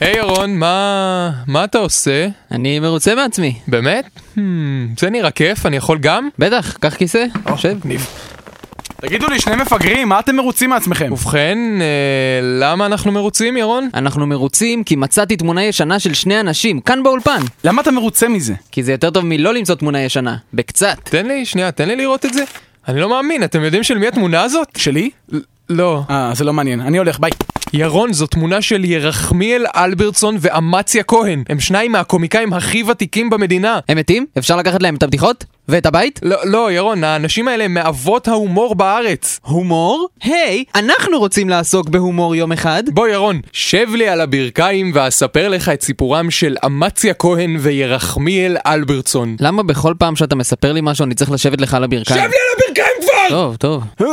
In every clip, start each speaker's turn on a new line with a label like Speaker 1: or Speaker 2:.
Speaker 1: היי ירון, מה, מה אתה עושה?
Speaker 2: אני מרוצה מעצמי.
Speaker 1: באמת? Hmm, זה נראה כיף, אני יכול גם?
Speaker 2: בטח, קח כיסא, שב.
Speaker 3: תגידו לי, שני מפגרים, מה אתם מרוצים מעצמכם?
Speaker 1: ובכן, אה, למה אנחנו מרוצים ירון?
Speaker 2: אנחנו מרוצים כי מצאתי תמונה ישנה של שני אנשים, כאן באולפן.
Speaker 3: למה אתה מרוצה מזה?
Speaker 2: כי זה יותר טוב מלא למצוא תמונה ישנה, בקצת.
Speaker 1: תן לי, שנייה, תן לי לראות את זה. אני לא מאמין, אתם יודעים של מי התמונה הזאת?
Speaker 3: שלי?
Speaker 1: לא.
Speaker 3: אה, זה לא מעניין. אני הולך, ביי.
Speaker 1: ירון, זו תמונה של ירחמיאל אלברטסון ואמציה כהן. הם שניים מהקומיקאים הכי ותיקים במדינה.
Speaker 2: הם מתים? אפשר לקחת להם את הבדיחות? ואת הבית?
Speaker 1: לא, לא, ירון, האנשים האלה הם מאבות ההומור בארץ.
Speaker 2: הומור? היי, אנחנו רוצים לעסוק בהומור יום אחד.
Speaker 1: בוא ירון, שב לי על הברכיים ואספר לך את סיפורם של אמציה כהן וירחמיאל אלברטסון.
Speaker 2: למה בכל פעם שאתה מספר לי משהו אני צריך לשבת לך על הברכיים?
Speaker 1: על הברכיים כבר!
Speaker 2: טוב, טוב.
Speaker 1: אה!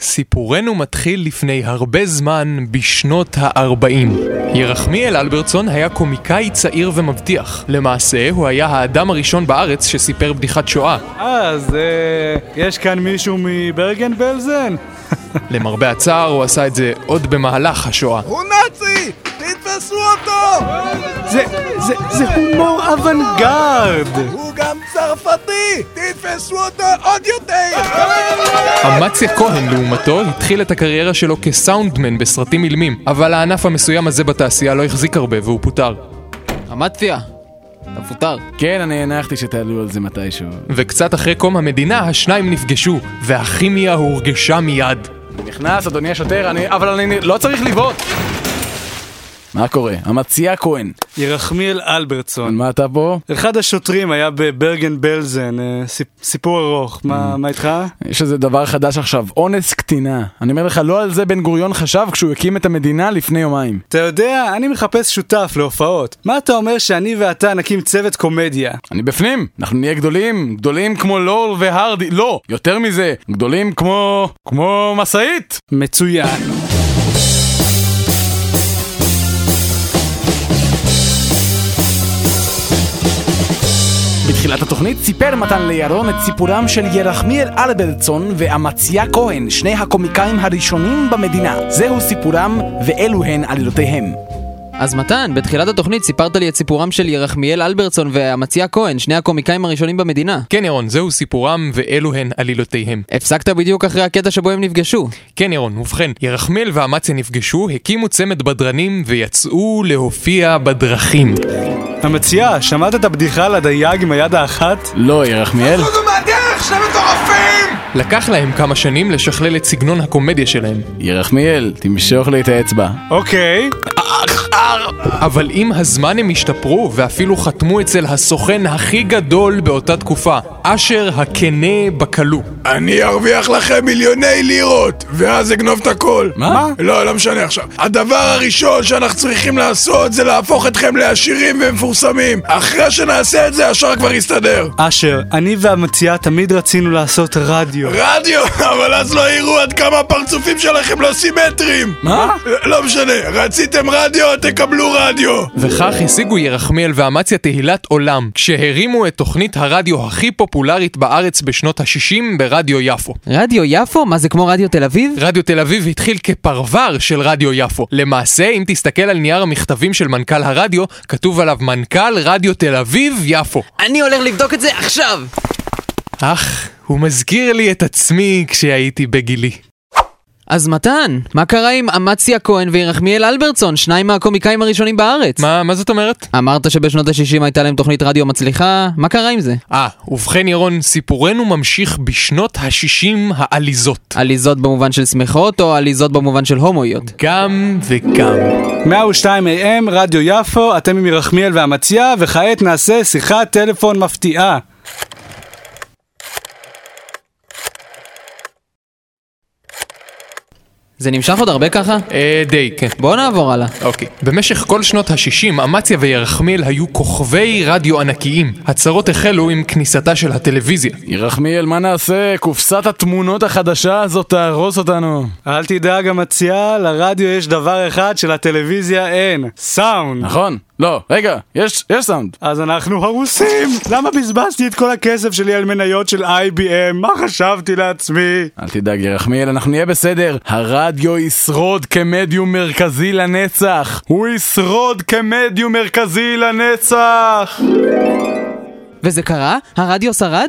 Speaker 1: סיפורנו מתחיל לפני הרבה זמן, בשנות ה-40. ירחמיאל אלברטסון היה קומיקאי צעיר ומבטיח. למעשה, הוא היה האדם הראשון בארץ שסיפר בדיחת שואה.
Speaker 4: אה, אז אה, יש כאן מישהו מברגן בלזן?
Speaker 1: למרבה הצער, הוא עשה את זה עוד במהלך השואה.
Speaker 4: זה, זה, זה הומור אוונגרד!
Speaker 1: אמציה כהן, לעומתו, התחיל את הקריירה שלו כסאונדמן בסרטים אילמים, אבל הענף המסוים הזה בתעשייה לא החזיק הרבה, והוא פוטר.
Speaker 2: אמתפיה, אתה מפוטר.
Speaker 3: כן, אני הנחתי שתעלו על זה מתישהו.
Speaker 1: וקצת אחרי קום המדינה, השניים נפגשו, והכימיה הורגשה מיד.
Speaker 3: נכנס, אדוני השוטר, אני... אבל אני לא צריך לבעוט. מה קורה? המציע כהן.
Speaker 4: ירחמיאל אלברטסון.
Speaker 3: מה אתה פה?
Speaker 4: אחד השוטרים היה בברגן בלזן, אה, סיפ- סיפור ארוך,
Speaker 3: Mm.
Speaker 4: מה מה איתך?
Speaker 3: יש איזה דבר חדש עכשיו, אונס קטינה. אני אומר לך, לא על זה בן גוריון חשב כשהוא הקים את המדינה לפני יומיים.
Speaker 4: אתה יודע, אני מחפש שותף להופעות. מה אתה אומר שאני ואתה נקים צוות קומדיה?
Speaker 3: אני בפנים, אנחנו נהיה גדולים, גדולים כמו לול והרדי, לא, יותר מזה, גדולים כמו... כמו משאית!
Speaker 4: מצוין.
Speaker 3: בתחילת התוכנית סיפר מתן לירון את סיפורם של ירחמיאל אלברטסון ואמציה כהן, שני הקומיקאים הראשונים במדינה. זהו סיפורם, ואלו הן עלילותיהם.
Speaker 2: אז מתן, בתחילת התוכנית סיפרת לי את סיפורם של ירחמיאל אלברטסון והמציע כהן, שני הקומיקאים הראשונים במדינה.
Speaker 1: כן ירון, זהו סיפורם ואלו הן עלילותיהם.
Speaker 2: הפסקת בדיוק אחרי הקטע שבו הם נפגשו.
Speaker 1: כן ירון, ובכן, ירחמיאל ואמציה נפגשו, הקימו צמד בדרנים ויצאו להופיע בדרכים.
Speaker 4: המציעה, שמעת את הבדיחה על הדייג עם היד האחת?
Speaker 3: לא, ירחמיאל.
Speaker 1: לקח להם כמה שנים לשכלל את סגנון הקומדיה שלהם.
Speaker 3: ירחמיאל, תמשוך לי את האצבע.
Speaker 4: אוקיי.
Speaker 1: אבל עם הזמן הם השתפרו, ואפילו חתמו אצל הסוכן הכי גדול באותה תקופה, אשר הקנה בקלו.
Speaker 5: אני ארוויח לכם מיליוני לירות, ואז אגנוב את הכל.
Speaker 3: מה?
Speaker 5: לא, לא משנה עכשיו. הדבר הראשון שאנחנו צריכים לעשות זה להפוך אתכם לעשירים ומפורסמים. אחרי שנעשה את זה, השאר כבר יסתדר.
Speaker 4: אשר, אני והמציעה תמיד רצינו לעשות רדיו.
Speaker 5: רדיו, אבל אז לא יראו עד כמה הפרצופים שלכם לא סימטריים.
Speaker 3: מה?
Speaker 5: לא משנה, רציתם רדיו, תקבלו רדיו.
Speaker 1: וכך השיגו ירחמיאל ואמציה תהילת עולם, כשהרימו את תוכנית הרדיו הכי פופולרית בארץ בשנות ה-60 ברדיו יפו.
Speaker 2: רדיו יפו? מה זה כמו רדיו תל אביב?
Speaker 1: רדיו תל אביב התחיל כפרבר של רדיו יפו. למעשה, אם תסתכל על נייר המכתבים של מנכ"ל הרדיו, כתוב עליו מנכ"ל רדיו תל אביב-יפו.
Speaker 2: אני הולך לבדוק את זה עכשיו!
Speaker 1: אך, הוא מזכיר לי את עצמי כשהייתי בגילי.
Speaker 2: אז מתן, מה קרה עם אמציה כהן וירחמיאל אלברטסון, שניים מהקומיקאים הראשונים בארץ?
Speaker 1: מה, מה זאת אומרת?
Speaker 2: אמרת שבשנות ה-60 הייתה להם תוכנית רדיו מצליחה, מה קרה עם זה?
Speaker 1: אה, ובכן ירון, סיפורנו ממשיך בשנות ה-60 העליזות.
Speaker 2: עליזות במובן של שמחות, או עליזות במובן של הומואיות?
Speaker 1: גם וגם.
Speaker 4: 102 AM, רדיו יפו, אתם עם ירחמיאל והמציעה, וכעת נעשה שיחת טלפון מפתיעה.
Speaker 2: זה נמשך עוד הרבה ככה?
Speaker 1: אה, די, כן.
Speaker 2: בואו נעבור הלאה.
Speaker 1: אוקיי. במשך כל שנות ה-60, אמציה וירחמיאל היו כוכבי רדיו ענקיים. הצרות החלו עם כניסתה של הטלוויזיה.
Speaker 3: ירחמיאל, מה נעשה? קופסת התמונות החדשה הזאת תהרוס אותנו.
Speaker 4: אל תדאג המציעה, לרדיו יש דבר אחד שלטלוויזיה אין, סאונד.
Speaker 3: נכון, לא, רגע, יש, יש סאונד.
Speaker 4: אז אנחנו הרוסים! למה בזבזתי את כל הכסף שלי על מניות של IBM? מה חשבתי לעצמי?
Speaker 3: אל תדאג, ירחמיאל, אנחנו נהיה בסדר. הרדיו ישרוד כמדיום מרכזי לנצח.
Speaker 4: הוא ישרוד כמדיום מרכזי לנצח!
Speaker 2: וזה קרה? הרדיו שרד?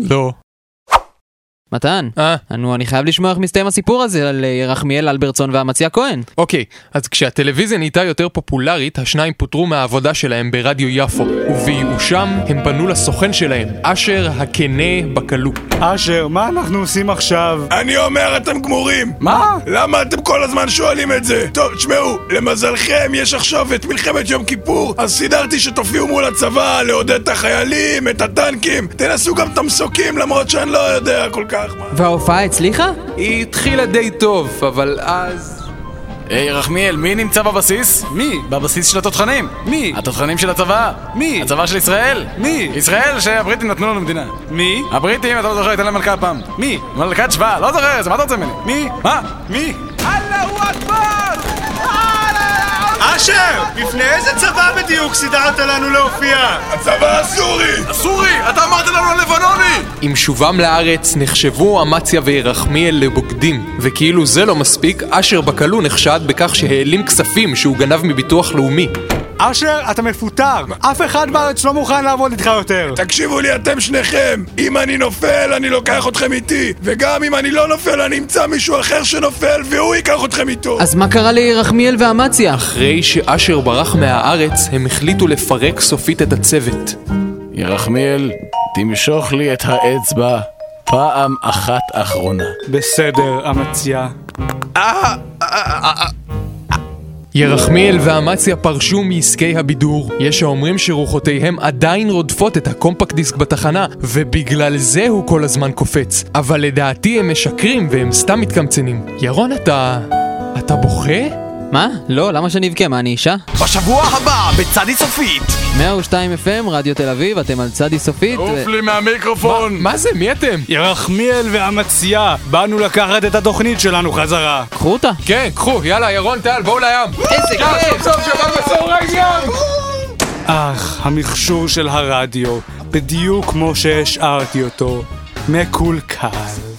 Speaker 1: לא.
Speaker 2: מתן,
Speaker 1: אה,
Speaker 2: נו, אני חייב לשמוע איך מסתיים הסיפור הזה על אה, ירחמיאל אלברטסון והמציע כהן.
Speaker 1: אוקיי, אז כשהטלוויזיה נהייתה יותר פופולרית, השניים פוטרו מהעבודה שלהם ברדיו יפו, ובייאושם הם פנו לסוכן שלהם, אשר הקנה בקלוק.
Speaker 4: אשר, מה אנחנו עושים עכשיו?
Speaker 5: אני אומר, אתם גמורים!
Speaker 4: מה?
Speaker 5: למה אתם כל הזמן שואלים את זה? טוב, תשמעו, למזלכם יש עכשיו את מלחמת יום כיפור, אז סידרתי שתופיעו מול הצבא, לעודד את החיילים, את הטנקים, תנסו גם את המסוקים, למרות שאני לא יודע כל כך מה.
Speaker 2: וההופעה הצליחה?
Speaker 1: היא התחילה די טוב, אבל אז...
Speaker 3: היי, ירחמיאל, מי נמצא בבסיס?
Speaker 4: מי?
Speaker 3: בבסיס של התותחנים.
Speaker 4: מי?
Speaker 3: התותחנים של הצבא.
Speaker 4: מי?
Speaker 3: הצבא של ישראל.
Speaker 4: מי?
Speaker 3: ישראל שהבריטים נתנו לנו מדינה.
Speaker 4: מי?
Speaker 3: הבריטים, אתה לא זוכר, ייתן להם מלכה הפעם.
Speaker 4: מי?
Speaker 3: מלכת שבא, לא זוכר, אז מה אתה רוצה ממני?
Speaker 4: מי?
Speaker 3: מה?
Speaker 4: מי?
Speaker 6: אללהו אכבר!
Speaker 7: אשר, בפני איזה צבא בדיוק סידרת לנו להופיע?
Speaker 5: הצבא הסורי!
Speaker 7: סורי, אתה אמרת לנו לבנוני!
Speaker 1: עם שובם לארץ נחשבו אמציה וירחמיאל לבוגדים, וכאילו זה לא מספיק, אשר בקלו נחשד בכך שהעלים כספים שהוא גנב מביטוח לאומי.
Speaker 4: אשר, אתה מפוטר! אף אחד בארץ לא מוכן לעבוד איתך יותר!
Speaker 5: תקשיבו לי אתם שניכם, אם אני נופל אני לוקח אתכם איתי וגם אם אני לא נופל אני אמצא מישהו אחר שנופל והוא ייקח אתכם איתו
Speaker 2: אז מה קרה לירחמיאל והמציה?
Speaker 1: אחרי שאשר ברח מהארץ, הם החליטו לפרק סופית את הצוות.
Speaker 3: ירחמיאל, תמשוך לי את האצבע פעם אחת אחרונה.
Speaker 4: בסדר, המציע.
Speaker 1: ירחמיאל ואמציה פרשו מעסקי הבידור. יש האומרים שרוחותיהם עדיין רודפות את הקומפקט דיסק בתחנה, ובגלל זה הוא כל הזמן קופץ. אבל לדעתי הם משקרים והם סתם מתקמצנים. ירון, אתה... אתה בוכה?
Speaker 2: מה? לא, למה שאני אבכה? מה, אני אישה?
Speaker 7: בשבוע הבא, בצדי סופית!
Speaker 2: 102 FM, רדיו תל אביב, אתם על צדי סופית. ו-
Speaker 5: לי מהמיקרופון
Speaker 1: מה זה? מי אתם?
Speaker 4: ירחמיאל והמציע, באנו לקחת את התוכנית שלנו חזרה.
Speaker 2: קחו אותה.
Speaker 1: כן, קחו, יאללה, ירון, טל, בואו לים!
Speaker 2: איזה כיף!
Speaker 4: אך, המכשור של הרדיו, בדיוק כמו שהשארתי אותו, מקולקל.